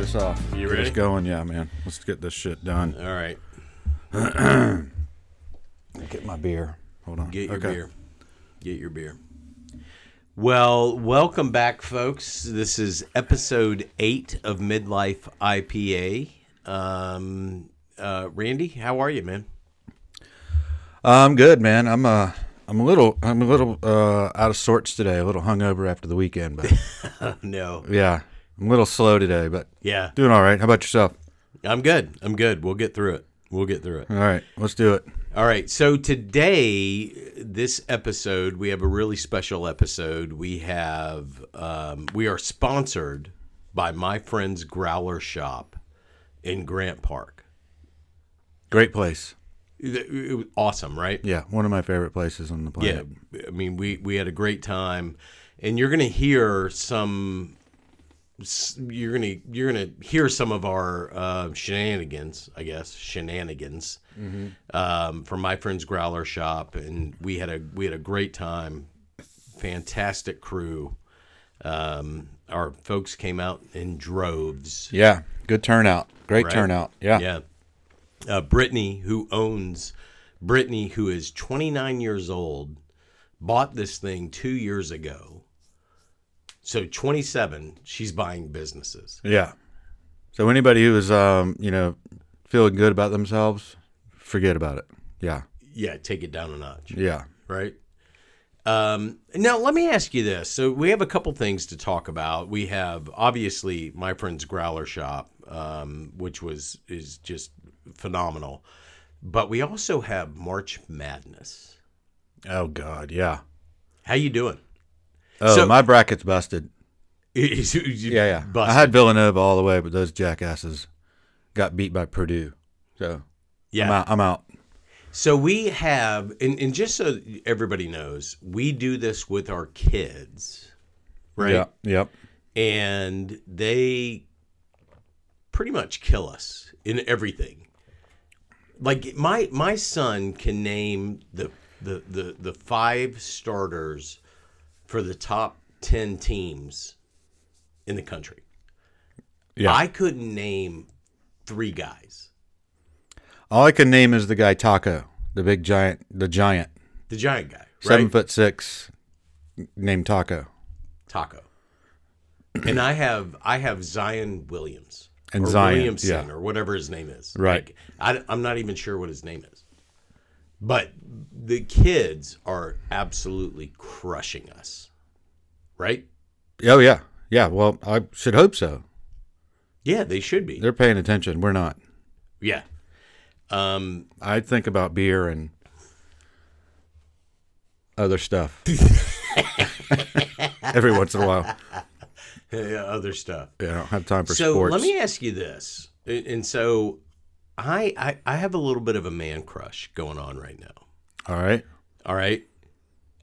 You Get ready? us going, yeah, man. Let's get this shit done. All right. Get my beer. Hold on. Get your Okay. beer. Get your beer. Well, welcome back, folks. This is episode eight of Midlife IPA. Um, uh, Randy, how are you, man? I'm good, man. I'm uh, I'm a little, I'm a little uh, out of sorts today. A little hungover after the weekend, but No. yeah, I'm a little slow today, but Yeah, doing all right. How about yourself? I'm good. I'm good. We'll get through it. We'll get through it. All right, let's do it. All right. So today, this episode, we have a really special episode. We have um, we are sponsored by my friend's Growler Shop in Grant Park. Great place. It- it was Awesome, right? Yeah, one of my favorite places on the Yeah. planet. I mean, we we had a great time, and you're gonna hear some. s- You're gonna you're gonna hear some of our uh, shenanigans, I guess shenanigans, um, from my friend's Growler shop, and we had a we had a great time, fantastic crew. Um, our folks came out in droves. Yeah, good turnout. Great turnout. Yeah. Yeah. Uh, Brittany, who owns Brittany, who is 29 years old, bought this thing two years ago. So 27, she's buying businesses. Yeah. So anybody who is, um, you know, feeling good about themselves, forget about it. Yeah. Yeah, take it down a notch, Yeah. right? Um, now, let me ask you this. So, we have a couple things to talk about. We have obviously my friend's Growler Shop, um, which was is just phenomenal, but we also have March Madness. Oh God. Yeah. How you doing? Oh, So- my bracket's busted. He's- he's- Yeah, yeah. busted. I had Villanova all the way, but those jackasses got beat by Purdue. So yeah. I'm out. I'm out. So we have, and, and just so everybody knows, we do this with our kids, right? Yeah. Yep. And they pretty much kill us in everything. Like my my son can name the the the, the five starters for the top ten teams in the country. Yeah. I couldn't name three guys. All I can name is the guy Taco, the big giant, the giant, The giant guy, right? seven foot six, named Taco, taco. And I have I have Zion Williams And or Zion, Williamson yeah. or whatever his name is. Right. Like, I, am not even sure what his name is, but the kids are absolutely crushing us, right? Oh yeah, yeah. Well, I should hope so. Yeah, they should be. They're paying attention. We're not. yeah. Um, I think about beer and other stuff every once in a while. other stuff. Yeah, I don't have time for so sports. let me ask you this, and and so I, I I have a little bit of a man crush going on right now. All right. All right.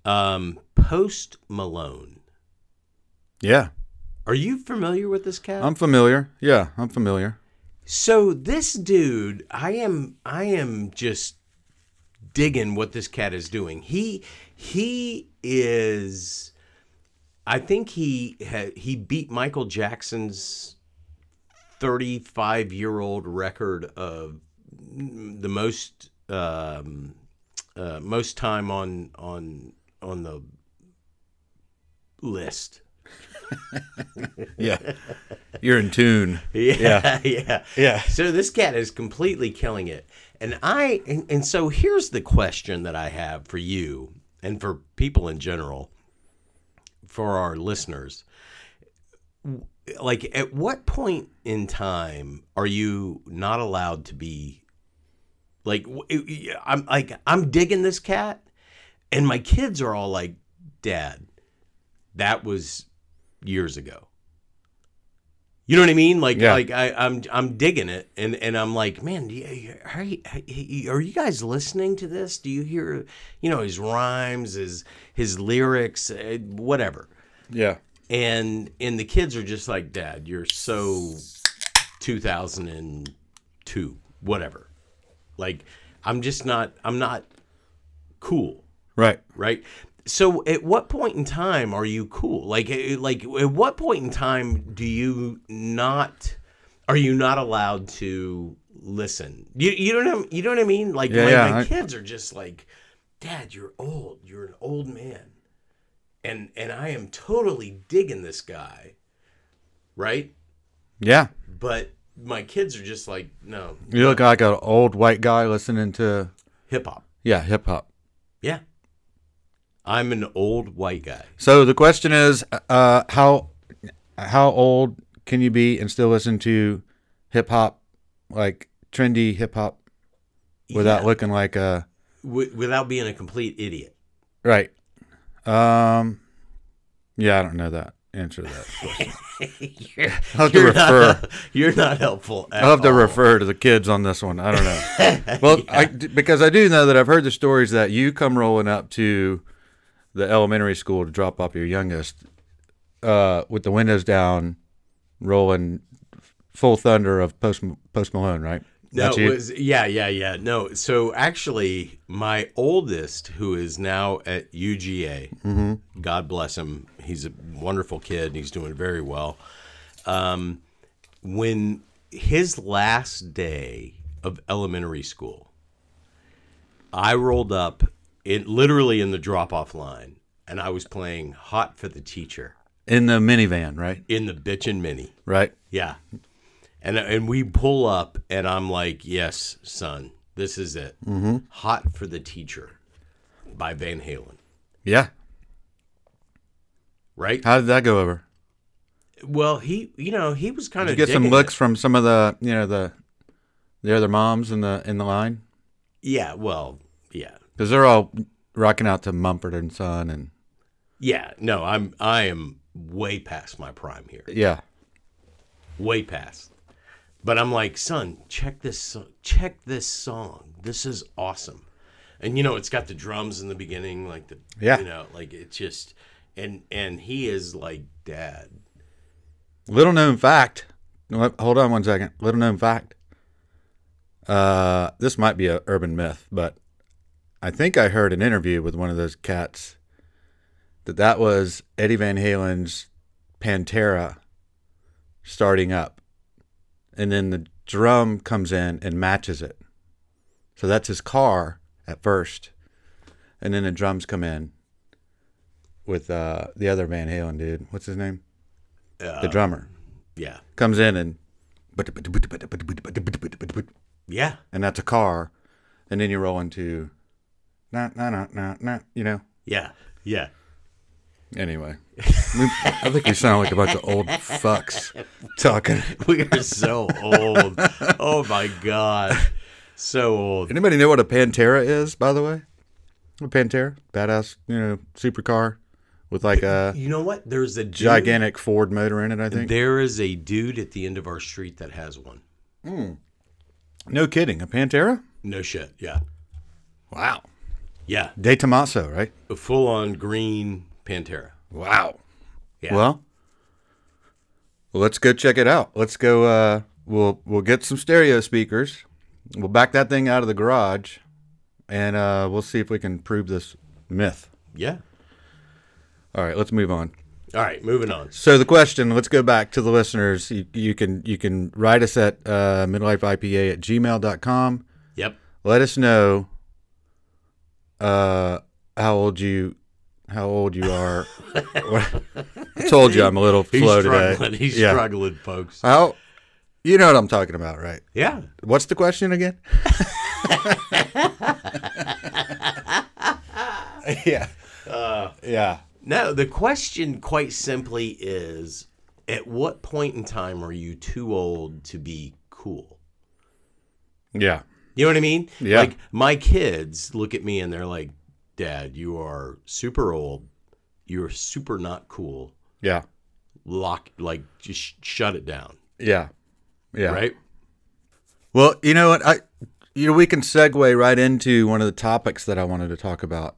Um, Post Malone. Yeah, Are you familiar with this cat? I'm familiar. Yeah, I'm familiar. so this dude, I am I am just digging what this cat is doing. He he is I think he ha, he beat Michael Jackson's 35-year-old record of the most um, uh, most time on on on the list. Yeah. You're in tune. Yeah, yeah. Yeah. So this cat is completely killing it. And I and, and so here's the question that I have for you and for people in general for our listeners. Like at what point in time are you not allowed to be like w- I'm like I'm digging this cat and my kids are all like dad that was years ago. You know what I mean? Like, Yeah. like I, I'm, I'm digging it, and and I'm like, man, do you- are you, are you guys listening to this? Do you hear, you know, his rhymes, his his lyrics, eh, whatever? Yeah. And and the kids are just like, Dad, you're so 2002, whatever. Like, I'm just not, I'm not cool Right. right? So at what point in eh, time are you cool? Like eh, like at what point in time do you not are you not allowed to listen? You you don't know you know what I mean? Like Yeah, my, yeah, my I- kids are just like, Dad, you're old. You're an old man, and and I am totally digging this guy, right? Yeah. But my kids are just like, no, You look like an old white guy listening to hip hop. yeah hip hop. Yeah, I'm an old white guy. So the question is, uh, how how old can you be and still listen to hip hop, like trendy hip hop, without Yeah, looking like a wi- without being a complete idiot. right? Um, yeah, I don't know that answer. To that you're, I'll have to you're Not, refer. you're not helpful. At I'll have to all. refer to the kids on this one. I don't know. well, I, because I do know that I've heard the stories that you come rolling up to the elementary school to drop off your youngest uh, with the windows down, rolling full thunder of Post Post Malone, right? No, That's it you? was yeah, yeah, yeah. No, so actually, my oldest, who is now at UGA, Mm-hmm. God bless him, he's a wonderful kid. and He's doing very well. Um, when his last day of elementary school, I rolled up in literally in the drop-off line, and I was playing "Hot for the Teacher" in the minivan, right? in the bitchin' mini. Right. Yeah. And and we pull up and I'm like, "Yes, son. This is it. Mm-hmm. Hot for the Teacher by Van Halen." Yeah. Right? How did that go over? Well, he, you know, he was kind Did of you get some looks from some of the you know the the other moms in the in the line Yeah, well, yeah. because they're all rocking out to Mumford and Son and Yeah, no, I'm I am way past my prime here. yeah. Way past. But I'm like, "Son, check this so- check this song. This is awesome." And you know, it's got the drums in the beginning like the Yeah. you know, like it's just and and he is like, "Dad, Little known fact. No, Hold on one second. Little known fact. Uh, this might be a urban myth, but I think I heard an interview with one of those cats that that was Eddie Van Halen's Pantera starting up, and then the drum comes in and matches it. So that's his car at first, and then the drums come in with uh, the other Van Halen dude. What's his name? the drummer Yeah. comes in and Yeah. and that's a car, and then you roll into nah nah nah nah nah you know. Yeah. Yeah. Anyway, we- I think we sound like a bunch of old fucks talking. We are so old. Oh my god. So old. Anybody know what a Pantera is, by the way? A Pantera, badass, you know, supercar with like a You know what? There's a dude, gigantic Ford motor in it. I think. There is a dude at the end of our street that has one. No kidding, a Pantera. No shit. Yeah. Wow. Yeah. De Tomaso, right? A full on green Pantera. Wow. Yeah. Well, let's go check it out. Let's go. Uh, we'll we'll get some stereo speakers. We'll back that thing out of the garage, and uh, we'll see if we can prove this myth. Yeah. All right, let's move on. All right, moving on. So the question. Let's go back to the listeners. You, you can you can write us at uh, midlifeipa at gmail.com. Yep. Let us know uh, how old you how old you are. I told you I'm a little He's slow today. struggling. He's Yeah. struggling, folks. How? You know what I'm talking about, right? Yeah. What's the question again? yeah. Uh. yeah. No, the question quite simply is at what point in time are you too old to be cool? Yeah. You know what I mean? Yeah. Like my kids look at me and they're like, "Dad, you are super old. You're super not cool. Yeah. Lock like just sh- shut it down." Yeah. Yeah. Right? Well, you know what? I you know we can segue right into one of the topics that I wanted to talk about,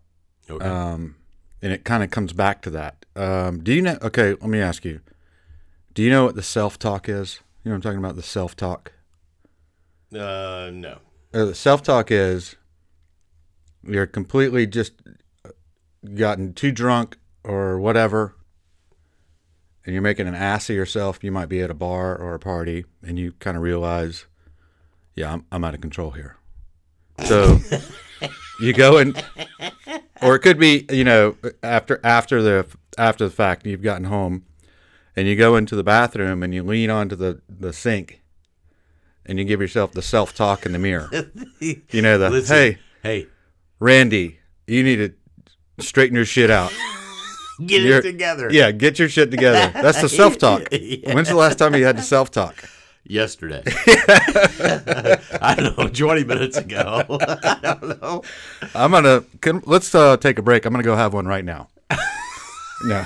Okay. um, and it kind of comes back to that. Um, do you know? Okay, let me ask you. Do you know what the self talk is? You know what I'm talking about the self talk. uh, no. or the self talk is you're completely just gotten too drunk or whatever, and you're making an ass of yourself, you might be at a bar or a party and you kind of realize, yeah, I'm, I'm out of control here. So you go and, or it could be, you know, after after the after the fact you've gotten home, and you go into the bathroom and you lean onto the the sink, and you give yourself the self talk in the mirror. You know the Listen, hey hey, Randy, you need to straighten your shit out. get You're- it together. Yeah, get your shit together. That's the self talk. Yeah. When's the last time you had to self talk? Yesterday. I don't know, 20 minutes ago. I don't know. I'm gonna can, let's uh, take a break. I'm gonna go have one right now. yeah,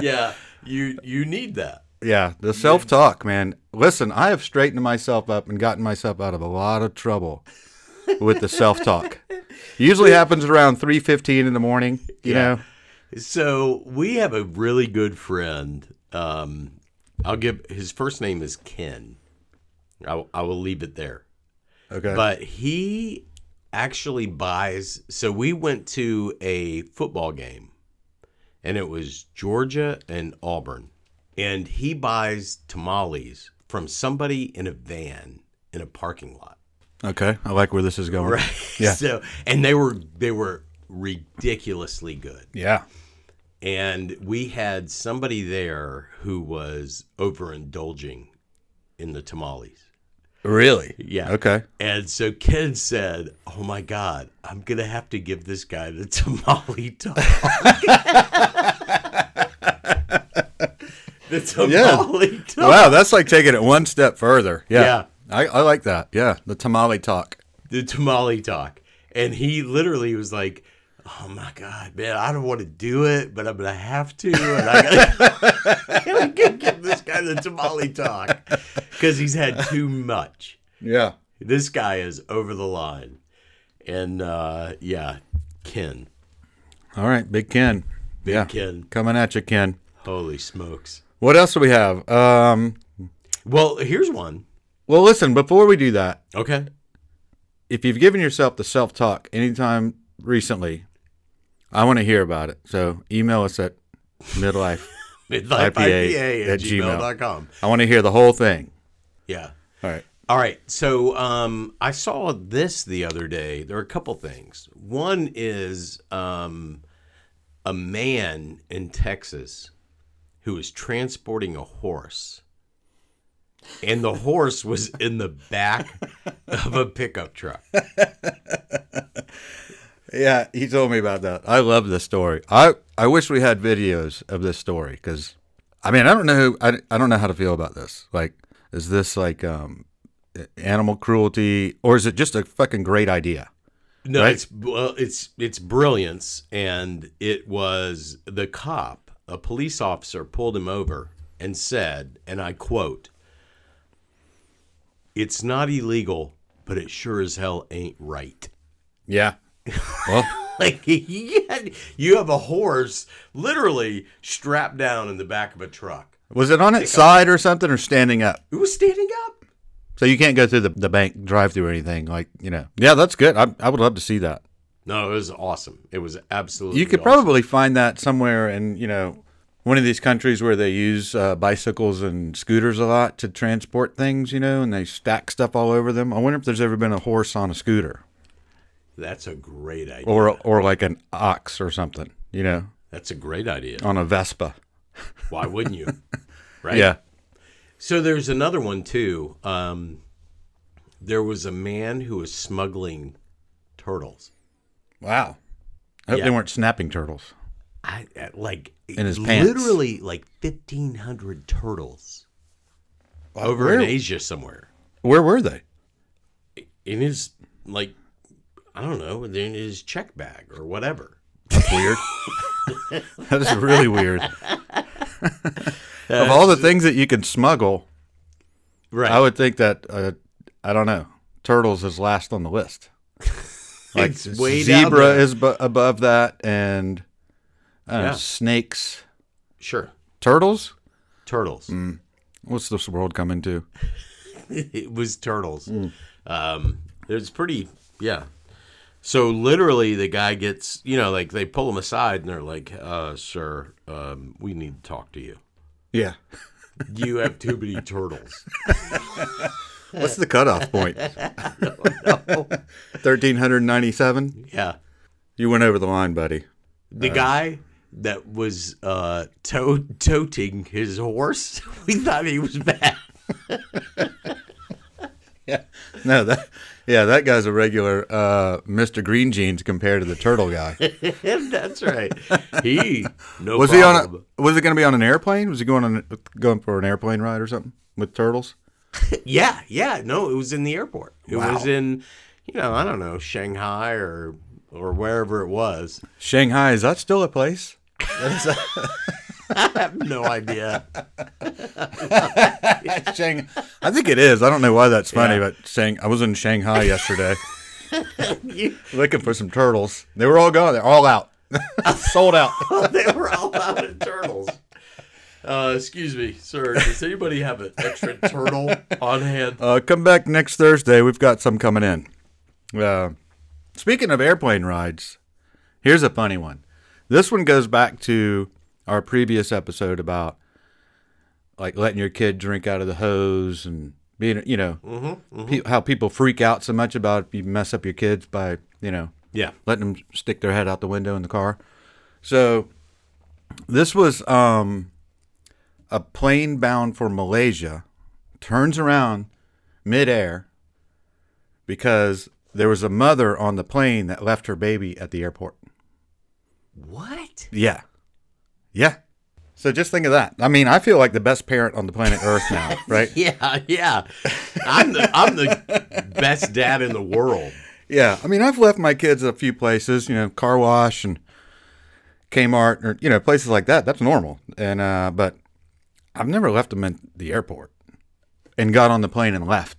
Yeah, you you need that. yeah. The self talk, man. Listen, I have straightened myself up and gotten myself out of a lot of trouble with the self talk. Usually happens around three fifteen in the morning. You Yeah. know. So we have a really good friend. Um, I'll give his first name is Ken. I, will- I will leave it there. Okay. But he actually buys. So we went to a football game, and it was Georgia and Auburn. And he buys tamales from somebody in a van in a parking lot. okay. I like where this is going. Right. Yeah. So and they were they were ridiculously good. Yeah. And we had somebody there who was overindulging in the tamales. Really. Yeah. Okay. And so Ken said, "Oh my God, I'm gonna have to give this guy the tamale talk." the tamale talk. Wow, that's like taking it one step further. Yeah. Yeah. I, I like that. Yeah. The tamale talk. the tamale talk. And he literally was like, Oh my God, man, I don't want to do it, but I'm going to have to. And I got to give this guy the tamale talk because he's had too much. Yeah. This guy is over the line. And uh, yeah, Ken. All right, Big Ken. yeah. Ken. Coming at you, Ken. Holy smokes. What else do we have? Um, Well, here's one. well, listen, before we do that, Okay. if you've given yourself the self talk anytime recently, I want to hear about it. So email us at midlife. IPA Midlife IPA at at gmail. gmail.com. I want to hear the whole thing. Yeah. All right. All right. So um, I saw this the other day. There are a couple things. One is um, a man in Texas who was transporting a horse, and the horse was in the back of a pickup truck. Yeah, he told me about that. I love this story. I, I wish we had videos of this story because, I mean, I don't know who, I, I don't know how to feel about this. Like, is this like um, animal cruelty or is it just a fucking great idea? No, Right. it's well, it's it's brilliance, and it was the cop, a police officer, pulled him over and said, and I quote, "It's not illegal, but it sure as hell ain't right." Yeah. Well, Like you had- you have a horse literally strapped down in the back of a truck. was it on its side or something or standing up? It was standing up. So you can't go through the, the bank drive through or anything like, you know. Yeah, that's good. I, I would love to see that. No, it was awesome. It was absolutely. You could awesome. probably find that somewhere in, you know, one of these countries where they use uh, bicycles and scooters a lot to transport things, you know, and they stack stuff all over them. I wonder if there's ever been a horse on a scooter That's a great idea. or or like an ox or something, you know, That's a great idea. on a Vespa. Why wouldn't you? Right? Yeah. So there's another one too. Um, there was a man who was smuggling turtles. Wow. I hope Yeah. they weren't snapping turtles. I I- like In his pants. literally like fifteen hundred turtles over in Asia somewhere. Where were they? In his like I don't know, in his check bag or whatever. That's weird. that is really weird. of all the things that you can smuggle, Right. I would think that uh, I don't know. Turtles is last on the list. Like It's way down zebra there. is bu- above that, and I don't know, Yeah. snakes, sure. turtles. Turtles. What's this world coming to? it was turtles. Um, it was pretty, yeah. So literally, the guy gets you know like they pull him aside and they're like, uh, "Sir, um, we need to talk to you. Yeah. You have too many turtles." What's the cutoff point? Thirteen hundred ninety-seven. Yeah, You went over the line, buddy. the guy that was uh, to- toting his horse, we thought he was bad. No, that yeah, that guy's a regular uh, Mr. Green Jeans compared to the turtle guy. That's right. He no Was he problem. on? A, was it going to be on an airplane? Was he going on going for an airplane ride or something with turtles? Yeah, yeah. No, it was in the airport. It Wow. was in, you know, I don't know, Shanghai or or wherever it was. Shanghai is that still a place? I have no idea. Shang, I think it is. I don't know why that's funny, but Shang, I was in Shanghai yesterday You- looking for some turtles. They were all gone. They're all out, sold out. they were all out of turtles. Uh, excuse me, sir. Does anybody have an extra turtle on hand? Uh, come back next Thursday. We've got some coming in. Uh, speaking of airplane rides, here's a funny one. This one goes back to our previous episode about like letting your kid drink out of the hose and being, you know, pe- how people freak out so much about if you mess up your kids by, you know, Yeah. letting them stick their head out the window in the car. So this was um, a plane bound for Malaysia turns around midair because there was a mother on the plane that left her baby at the airport. What? Yeah. Yeah. So just think of that. I mean, I feel like the best parent on the planet Earth now, right? Yeah, yeah. I'm the I'm the best dad in the world. Yeah, I mean, I've left my kids at a few places, you know, car wash and Kmart, or you know, places like that. That's normal. And uh, but I've never left them at the airport and got on the plane and left,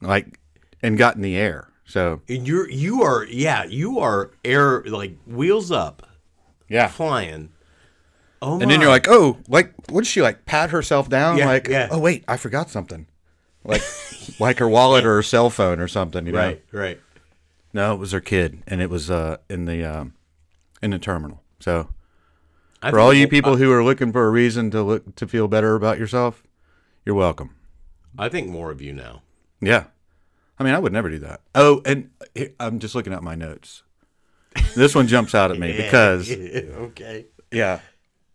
like, and got in the air. So And you're you are yeah you are air like wheels up yeah. flying. Oh my. And then you're like, oh, like, what did she like? Pat herself down, Yeah, like, yeah. oh wait, I forgot something, like, like her wallet or her cell phone or something, you know? right, right. No, it was her kid, and it was uh in the um, in the terminal. So I For all you people who are looking for a reason to look to feel better about yourself, you're welcome. I think more of you now. Yeah. I mean, I would never do that. Oh, and here- I'm just looking at my notes. This one jumps out at me because okay. yeah.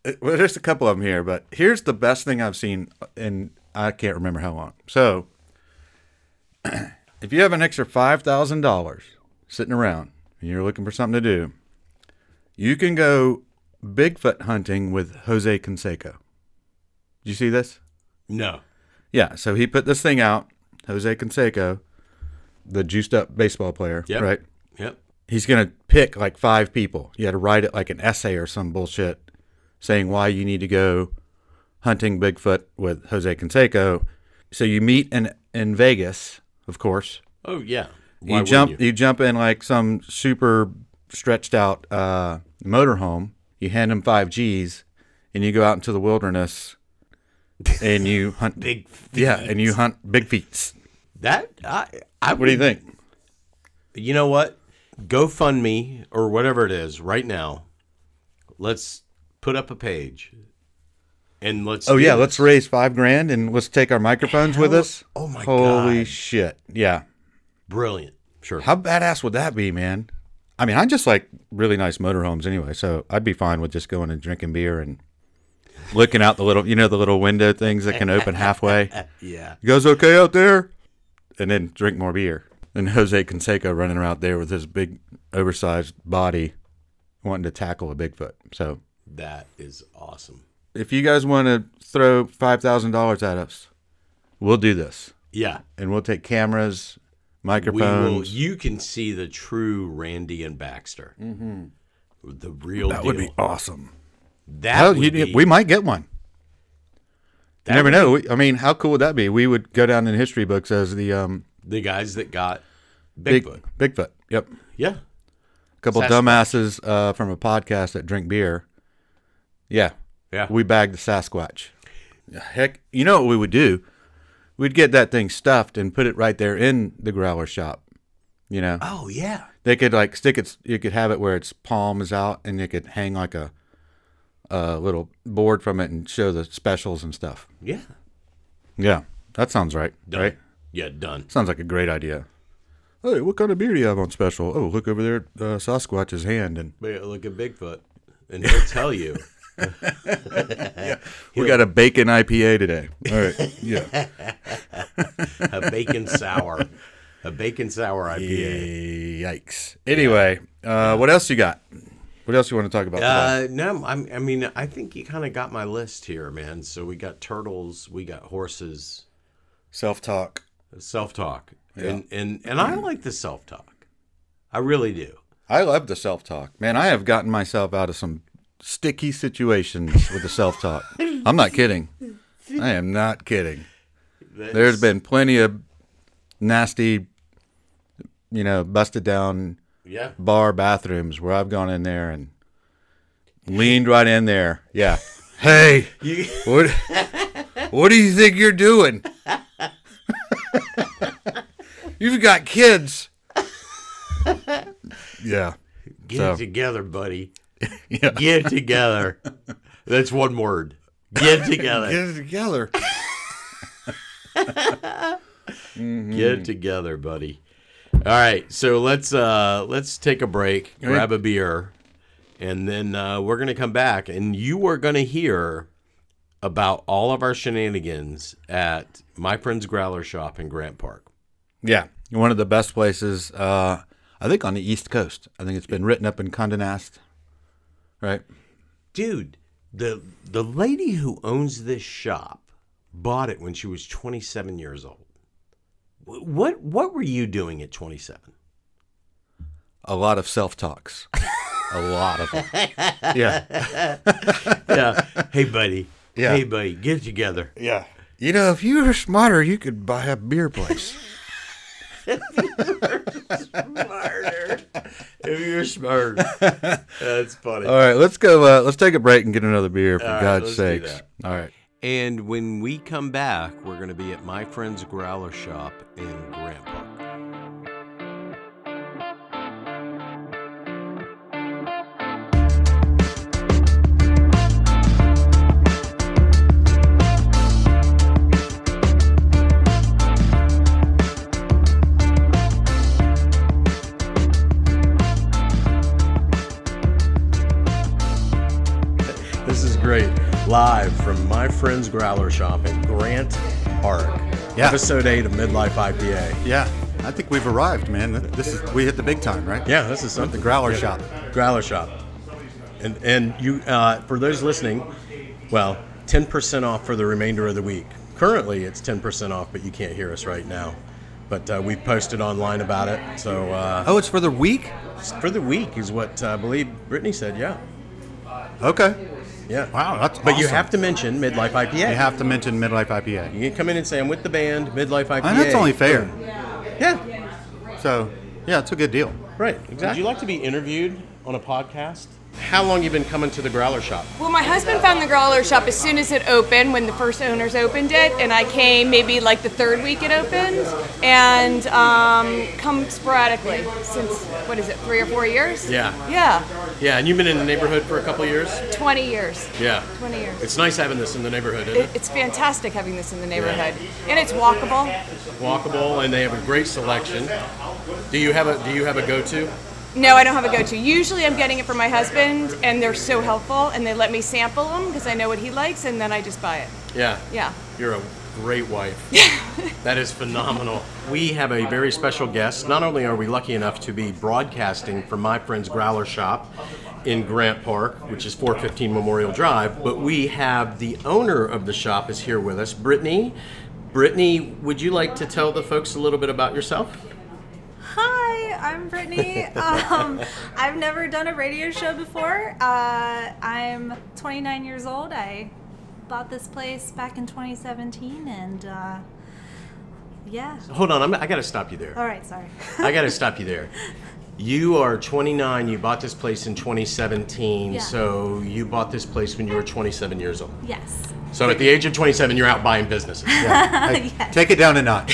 It- Well, there's a couple of them here, but here's the best thing I've seen in I can't remember how long. So, if you have an extra five thousand dollars sitting around and you're looking for something to do, you can go Bigfoot hunting with Jose Canseco. Did you see this? No. Yeah, so he put this thing out, Jose Canseco, the juiced up baseball player, Yep. right? Yep. He's going to pick like five people. You had to write it like an essay or some bullshit saying why you need to go hunting Bigfoot with Jose Canseco. So you meet in in Vegas, of course. Oh yeah. you wouldn't jump you? you? jump in like some super stretched out uh motorhome. You hand him 5 Gs and you go out into the wilderness and you hunt big. yeah, and you hunt big feet. That I I What do you think? you know what? GoFundMe or whatever it is right now. Let's put up a page, and let's. Oh do yeah, this. let's raise five grand and let's take our microphones with Hell- us. oh my Holy God. shit! Yeah, Brilliant. Sure. how badass would that be, man? I mean, I just like really nice motorhomes anyway, so I'd be fine with just going and drinking beer and looking out the little, you know, the little window things that can open halfway. yeah. You guys okay out there? And then drink more beer. And Jose Canseco running around there with his big, oversized body, wanting to tackle a Bigfoot. So That is awesome. if you guys want to throw five thousand dollars at us, we'll do this, Yeah. and we'll take cameras, We will. microphones. You can see the true Randy and Baxter. Mm-hmm. The real that deal. would be awesome. that Hell, would you, be, we might get one. that You never would- know. We- I mean, how cool would that be? We would go down in history books as the um, The guys that got big Bigfoot. Bigfoot. Yep, Yeah. a couple Sasquatch. dumbasses uh, from a podcast that drink beer. Yeah, Yeah. we bagged the Sasquatch. Heck, you know what we would do? We'd get that thing stuffed and put it right there in the growler shop, You know, Oh yeah. they could like stick it. You could have it where its palm is out, and you could hang like a a little board from it and show the specials and stuff. Yeah. Yeah, that sounds right. Done. Right. Yeah, done. Sounds like a great idea. Hey, what kind of beer do you have on special? Oh, look over there at uh, Sasquatch's hand. And But yeah, look at Bigfoot, and he'll tell you. we got a bacon IPA today. All right. Yeah. a bacon sour, a bacon sour IPA. Yikes. Anyway, uh, what else you got? What else you want to talk about? today? Uh, no, I'm, I mean, I think you kind of got my list here, man. So we got turtles, we got horses, Self talk. self talk, and and and I like the self talk, I really do. I love the self talk. Man, I have gotten myself out of some sticky situations with the self talk. I'm not kidding. I am not kidding. There's been plenty of nasty, you know, busted down yeah, bar bathrooms where I've gone in there and leaned right in there. Yeah. Hey, you, what what do you think you're doing? You've got kids. Yeah. get So- it together, buddy. Yeah. Get it together. That's one word. Get it together. Get it together. Get it together, buddy. All right, so let's uh let's take a break, grab a beer, and then uh, we're gonna come back, and you are gonna hear about all of our shenanigans at my friend's Growler Shop in Grant Park. Yeah. One of the best places, uh, I think on the East Coast. I think it's been written up in Condé Nast. Right? Dude, the the lady who owns this shop bought it when she was 27 years old. Wh- What what were you doing at 27? A lot of self talks. A lot of them. Yeah. Yeah. hey, buddy. Yeah. Hey, buddy. Get it together. Yeah. You know, if you were smarter, you could buy a beer place. smarter. If you're smart, that's funny. All right, let's go. Uh, let's take a break and get another beer, for right, God's let's do sakes. All right. And when we come back, we're going to be at my friend's growler shop in Grant Park. This is great. Live from my friend's growler shop in Grant Park. Yeah. Episode 8 of Midlife IPA. Yeah, I think we've arrived, man. This is we hit the big time, right? Yeah, this is something. Growler Yeah. Shop. Growler shop. And and you uh, for those listening, well, ten percent off for the remainder of the week. Currently, it's ten percent off, but you can't hear us right now. But uh, we posted online about it, so uh, Oh, it's for the week. for the week is what uh, I believe Brittany said. Yeah, Okay. yeah. Wow, that's. But you have to mention midlife IPA. You have to mention midlife IPA. You can come in and say I'm with the band, midlife IPA. And that's only fair. Yeah, So, yeah, it's a good deal. right. Exactly. Would you like to be interviewed on a podcast? How long you been coming to the Growler Shop? Well, my husband found the Growler shop as soon as it opened, when the first owners opened it, and I came maybe like the third week it opened, and um, come sporadically since what is it, three or four years? Yeah. Yeah, Yeah, and you've been in the neighborhood for a couple years. 20 years. Yeah. 20 years. It's nice having this in the neighborhood, isn't It- it? It's fantastic having this in the neighborhood, and it's walkable. Walkable, and they have a great selection. Do you have a Do you have a go to? No, I don't have a go-to. Usually, I'm getting it from my husband, and they're so helpful, and they let me sample them because I know what he likes, and then I just buy it. Yeah. Yeah. You're a great wife. that is phenomenal. We have a very special guest. Not only are we lucky enough to be broadcasting from my friend's Growler Shop in Grant Park, which is 415 Memorial Drive, but we have the owner of the shop is here with us, Brittany. Brittany, would you like to tell the folks a little bit about yourself? Hi, I'm Brittany. Um, I've never done a radio show before. Uh, I'm 29 years old. I bought this place back in 2017, and uh, yeah. Hold on, I'm, I got to stop you there. All right, sorry. I got to stop you there. You are 29. You bought this place in 2017. Yeah. So you bought this place when you were 27 years old. yes. So at the age of 27, you're out buying businesses. Hey, Take it down a notch.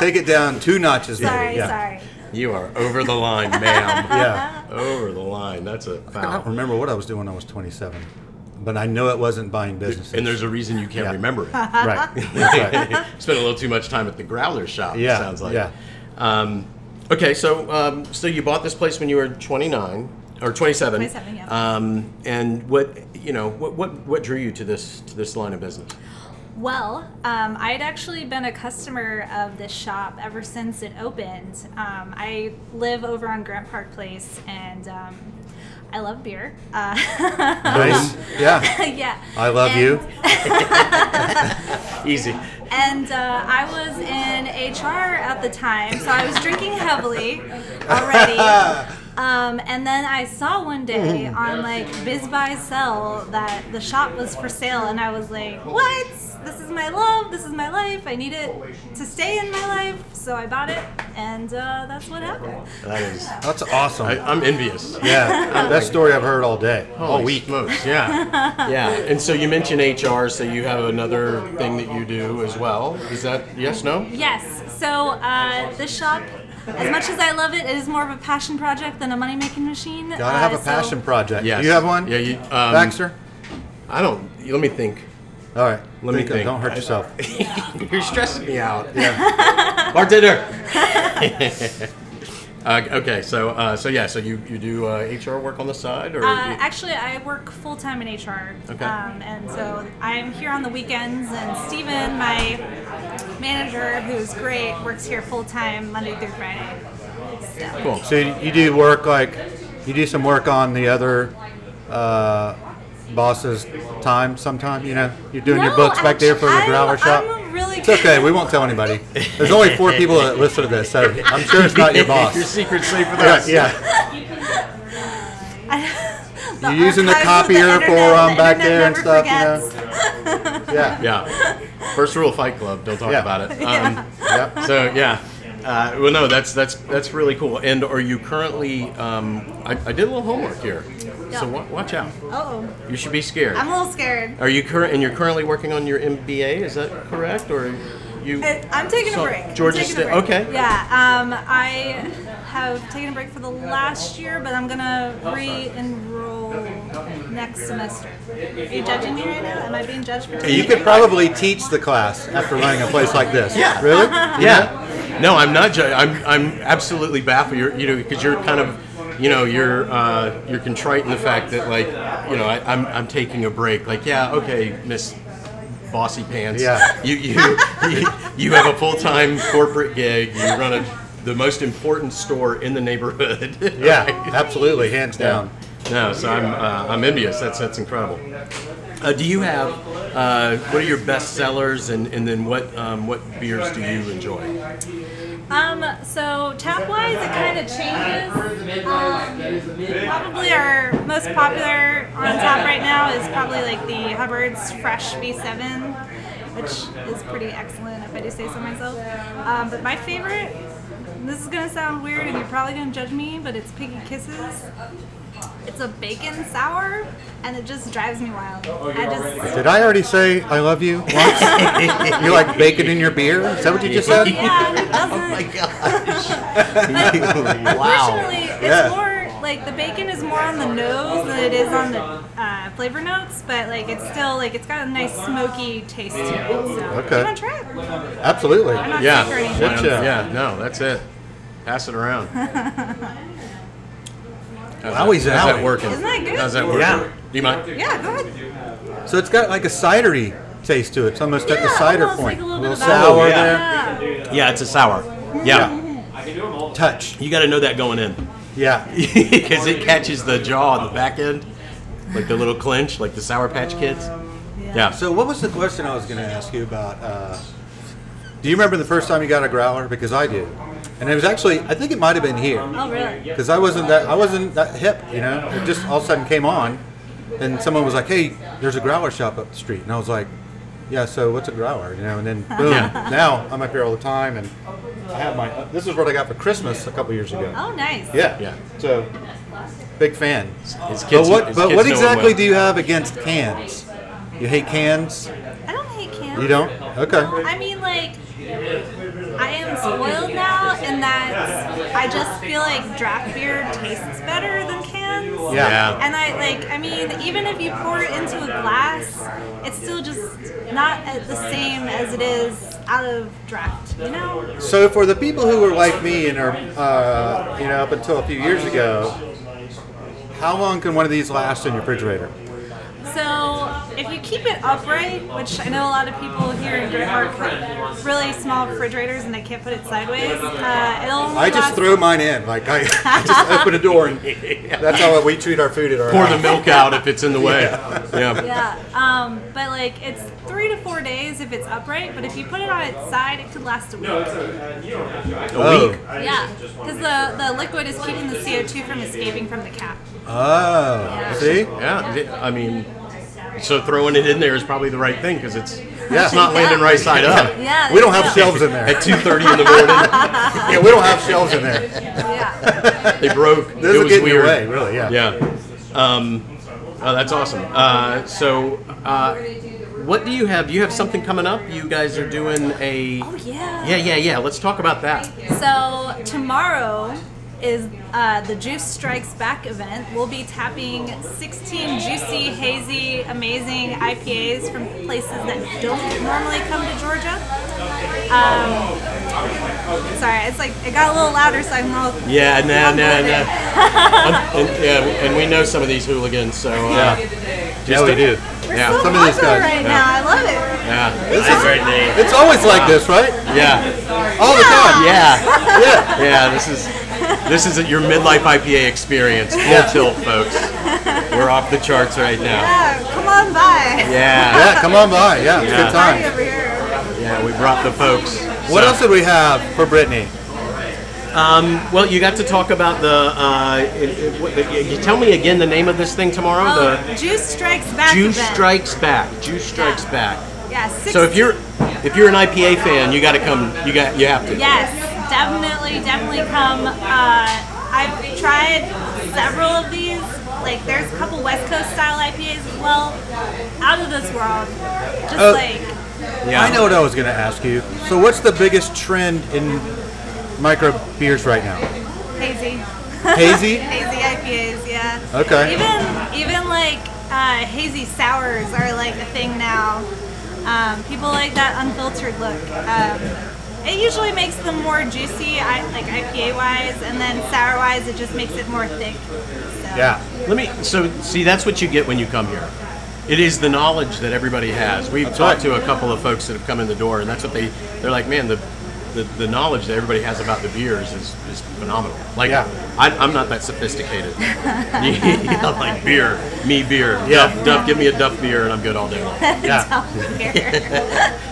Take it down two notches. maybe. Sorry, Yeah. sorry. You are over the line, ma'am. Yeah. over the line. That's a I don't foul. remember what I was doing when I was 27, but I know it wasn't buying businesses. And there's a reason you can't Yeah. remember it. right. That's right. Spent a little too much time at the Growler shop. Yeah, It sounds like. yeah. Um, okay, so um, so you bought this place when you were 29 or 27. 27, yeah. Um, and what you know what, what what drew you to this to this line of business? Well, um, I had actually been a customer of this shop ever since it opened. Um, I live over on Grant Park Place, and um, I love beer. Uh, Nice. Yeah. yeah. I love And- you. Easy. and uh, I was in HR at the time, so I was drinking heavily already. Um, and then I saw one day Mm-hmm. on like Biz Buy Sell that the shop was for sale, and I was like, "What? This is my love. This is my life. I need it to stay in my life." So I bought it, and uh, that's what happened. That is. That's awesome. I, I'm envious. yeah. Best story I've heard all day. all Holy week. smokes, Oh, yeah, yeah. And so you mentioned HR, so you have another thing that you do as well. Is that yes, no? Yes. So uh, this shop, as much as I love it, it is more of a passion project than a money making machine. Gotta have Uh, a so- passion project. Yes. Do you have one? Yeah, you- um, Baxter? I don't. Let me think. All right. Let me of- think. Don't hurt yourself. You're stressing me out. Yeah. Bartender. uh, okay, so uh, so yeah, so you you do uh, HR work on the side, or you- Uh, actually, I work full time in HR. Okay. Um, and so I'm here on the weekends, and Steven, my manager, who's great, works here full time Monday through Friday. So, cool. So you you do work like, you do some work on the other uh, boss's time sometime, you know? You're doing your No, books back there for the actu- growler I'm- shop? I'm really it's okay. We won't tell anybody. There's only four people that listen to this, so I'm sure it's not your boss. Your secret's safe with Yeah, us. yeah. The You're using the archives of copier for, internet, um, the back internet there and never stuff, forgets. Yeah. Yeah. First rule of Fight Club: don't talk Yeah. about it. Um, Yeah. Yep. So yeah. Uh, well, no, that's that's that's really cool. And are you currently? Um, I, I did a little homework here, so wa- watch out. oh, You should be scared. I'm a little scared. Are you current? And you're currently working on your MBA? Is that correct? Or you? It- I'm taking So, a break. I'm Georgia taking a State- break. okay. Yeah. Um, I have taken a break for the last year, but I'm gonna re-enroll next semester. Are you judging me right now? Am I being judged for? You could probably teach the class after running a place like this. Yeah. Really? Yeah. No, I'm not. Ju- I'm I'm absolutely baffled. You're you know because you're kind of you know you're uh, you're contrite in the fact that like you know I, I'm I'm taking a break. Like yeah okay Miss Bossy Pants. Yeah. You you you, you have a full time corporate gig. You run a the most important store in the neighborhood. Yeah, absolutely, hands down. No, so I'm uh, I'm envious. That's that's incredible. Uh, do you have uh, what are your best sellers and, and then what um, what beers do you enjoy? Um, so tap wise, it kind of changes. Um, probably our most popular on tap right now is probably like the Hubbard's Fresh V7, which is pretty excellent if I do say so myself. Um, but my favorite, this is gonna sound weird and you're probably gonna judge me, but it's Piggy Kisses. It's a bacon sour, and it just drives me wild. I just. Did I already say I love you once? you like bacon in your beer? Is that what you just said? Yeah, who doesn't? Unfortunately, it's Yeah. more like the bacon is more on the nose than it is on the uh, flavor notes, but like it's still like it's got a nice smoky taste to it. So. Okay. You want to try it? Absolutely. I'm not Yeah. sick or anything. Good job. Yeah, no, that's it. Pass it around. How's Wowie's that, how's owie. that working? Isn't that good? How's that working? Yeah. Do you mind? Yeah, go ahead. So it's got like a cidery taste to it. It's almost at the Yeah, cider almost point. Like a little, bit of sour alcohol. there. Yeah. Yeah, it's a sour. Yeah. Touch. You got to know that going in Yeah. because it catches the jaw on the back end, like the little clinch, like the Sour Patch Kids. Yeah. So what was the question I was going to ask you about? Uh, do you remember the first time you got a growler? Because I do, and it was actually I think it might have been here. Oh really? because I wasn't that I wasn't that hip, you know. It just all of a sudden came on, and someone was like, "Hey, there's a growler shop up the street," and I was like, "Yeah, so what's a growler?" You know, and then boom, Yeah. now I'm up here all the time, and I have my. This is what I got for Christmas a couple years ago. Oh nice. Yeah, Yeah. So big fan. His But kids- what? his But kids what know him exactly well. do you have against cans? You hate cans? I don't hate cans. You don't? Okay. No, I mean like I am spoiled now in that I just feel like draft beer tastes better than cans. Yeah. Yeah. And I like, I mean, even if you pour it into a glass, it's still just not at the same as it is out of draft, you know? So for the people who were like me and are, uh, you know, up until a few years ago, how long can one of these last in your refrigerator? So if you keep it upright, which I know a lot of people here in Great Park have really small refrigerators and they can't put it sideways, uh, it'll. only I just last- throw mine in. Like I, I just open a door and that's how we treat our food at our Pour house. the milk out if it's in the way. yeah. Yeah, um, but like it's three to four days if it's upright. But if you put it on its side, it could last a week. A week. Oh. Yeah, because the the liquid is keeping the CO two from escaping from the cap. Oh, see? Yeah, th- I mean, so throwing it in there is probably the right thing because it's Yeah. it's not landing right side up. Yeah, We don't have yeah. shelves in there. At two thirty in the morning, Yeah, we don't have shelves in there. Yeah, they broke. This it will was get in weird. your way, really. Yeah. Yeah. Um, oh, that's awesome. Uh, so, uh, what do you have? You have something coming up? You guys are doing a. Oh, yeah. Yeah, yeah, yeah. Let's talk about that. So tomorrow is uh, the Juice Strikes Back event. We'll be tapping 16 juicy, hazy, amazing IPAs from places that don't normally come to Georgia. Um, sorry, it's like it got a little louder, so I'm all Yeah, nah, I'm nah, with it. nah. and, and- yeah, and we know some of these hooligans, so. Uh, Yeah, we do. We're Yeah. so Some of these popular guys- right now. I love it. Yeah. This is- It's always like this, right? Yeah. All the time. Yeah. Yeah. Yeah. This is this is your midlife IPA experience, full Yeah. tilt, folks. We're off the charts right now. Yeah, come on by. Yeah. Yeah, come on by. Yeah, it's a Yeah. good Party time. over here. Yeah. We brought the folks. What So- else did we have for Brittany? Well, you got to talk about the. Uh, it, it, what, the you tell me again the name of this thing tomorrow. Oh, Juice Strikes Back. the Juice event. Strikes Back. Juice Strikes Back. Yeah, 16. So if you're if you're an IPA fan, you got to come. You got you have to. Yes, definitely, definitely come. Uh, I've tried several of these. Like, there's a couple West Coast style IPAs as well. Out of this world. Just Oh. like, Yeah. I know what I was going to ask you. So, what's the biggest trend in micro beers right now? hazy. Hazy? hazy IPAs, yeah. Okay. Even, even like, uh, hazy sours are like a thing now. Um, people like that unfiltered look. Um, it usually makes them more juicy, I, like IPA wise, and then sour wise, it just makes it more thick. So. Yeah. Let me. So see, that's what you get when you come here. It is the knowledge that everybody has. We've talked to a couple of folks that have come in the door, and that's what they. They're like, man, the. The, the knowledge that everybody has about the beers is, is phenomenal. Like, Yeah. I, I'm not that sophisticated. yeah, like beer, me beer. Yeah. Duff, Duff, give me a Duff beer and I'm good all day long. Yeah.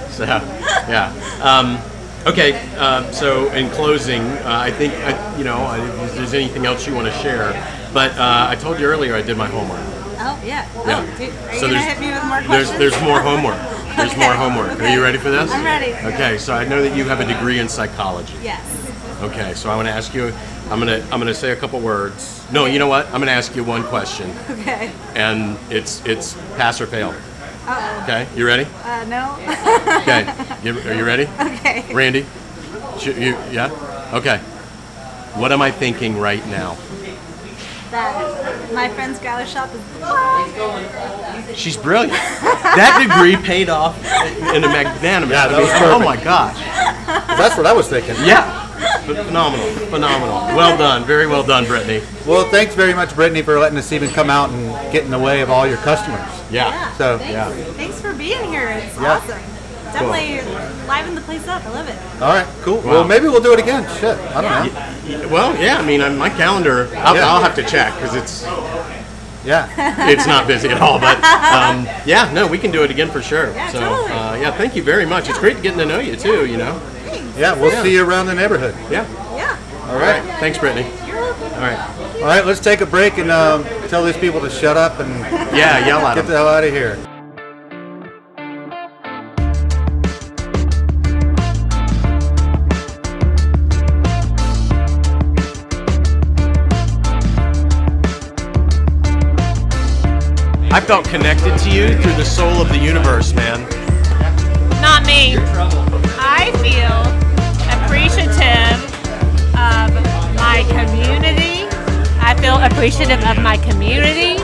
So, yeah. Um, okay. Uh, so, in closing, uh, I think I, you know I, if there's anything else you want to share, but uh, I told you earlier I did my homework. Oh Yeah. yeah. Oh, do- are you So gonna there's- hit me with more There's questions? there's more homework. There's more Okay. homework. Are Okay. you ready for this? I'm ready. Okay. So I know that you have a degree in psychology. Yes. Okay. So I'm going to ask you. I'm going to I'm going to say a couple words. No, you know what? I'm going to ask you one question, Okay. and it's it's pass or fail. Uh-oh. Okay. You ready? Uh no. Okay. You, are you ready? okay. Randy, sh- you, yeah? Okay. What am I thinking right now? That my friend's gala shop is What? She's brilliant. That degree paid off in a magnanimous. Yeah, that I mean, was oh perfect. my gosh. That's what I was thinking. Yeah. Ph- Phenomenal. Phenomenal. Well done. Very well done, Brittany. Well, thanks very much, Brittany, for letting us even come out and get in the way of all your customers. Yeah. So, thanks. yeah. Thanks for being here. It's Yeah. awesome. Definitely liven the place up. I love it. All right, cool. Well, maybe we'll do it again. Shit, I don't know. Y- Well, yeah. I mean, I- my calendar. I'll, Yeah. I'll have to check because it's Yeah. it's not busy at all. But um, yeah, no, we can do it again for sure. Yeah, so totally. uh, yeah, thank you very much. It's great getting to know you too. You know. Yeah, we'll see you around the neighborhood. Yeah. Yeah. All right. Thanks, Brittany. You're welcome. All right. All right, let's take a break and um, tell these people to shut up and Yeah. Yell at get them. the hell out of here. I felt connected to you through the soul of the universe, man. Not me. I feel that appreciative of my community. I feel appreciative of my community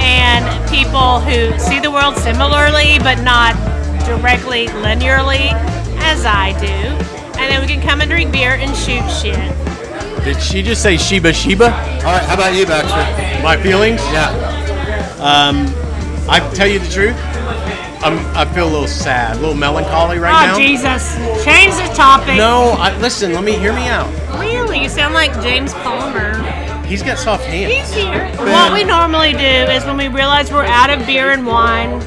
and people who see the world similarly but not directly linearly as I do. And then we can come and drink beer and shoot shit. Did she just say Sheba Sheba? All right, how about you, Baxter? My feelings? Yeah. I tell you the truth. I'm, I feel a little sad, a little melancholy right now. Oh, Jesus. Change the topic. No, I, listen. Let me hear me out. Really? You sound like James Palmer. He's got soft hands. He's here. What we normally do is when we realize we're out of beer and wine,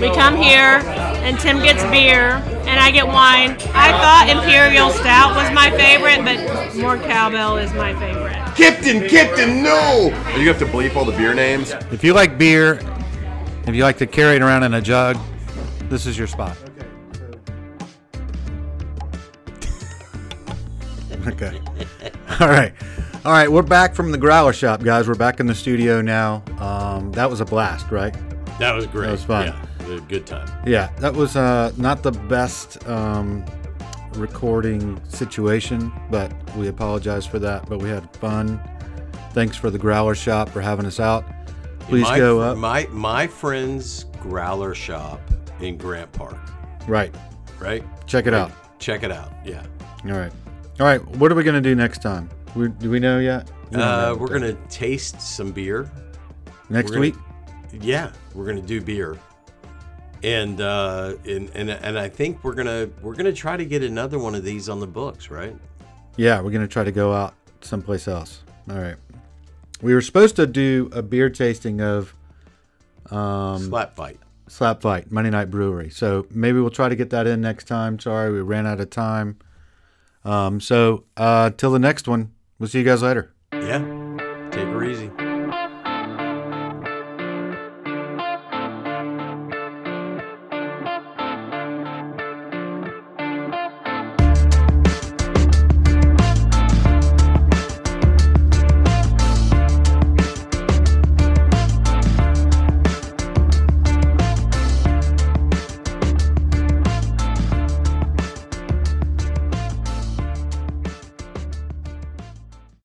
we come here and Tim gets beer and I get wine. I thought Imperial Stout was my favorite, but more cowbell is my favorite. Kipton, Kipton, no! Are you gonna have to bleep all the beer names? If you like beer, if you like to carry it around in a jug, this is your spot. Okay. All right. All right. We're back from the growler shop, guys. We're back in the studio now. Um, that was a blast, right? That was great. That was fun. Yeah, it was a good time. Yeah, that was uh, not the best um, recording situation, but we apologize for that. But we had fun. Thanks for the Growler Shop for having us out. Please my, go up. My my friend's growler shop in Grant Park. right. Right. Check it out. Check it out. Yeah. All right. All right. What are we going to do next time? We, do we know yet? We don't Uh, know. we're gonna taste some beer. next we're gonna- week? Yeah, we're gonna do beer, and uh, and and and I think we're gonna we're gonna try to get another one of these on the books, right? Yeah, we're going to try to go out someplace else. All right. We were supposed to do a beer tasting of Um, Slap fight. Slap Fight, Monday Night Brewery. So maybe we'll try to get that in next time. Sorry, we ran out of time. Um, so uh, till the next one, we'll see you guys later. Yeah. Take her easy.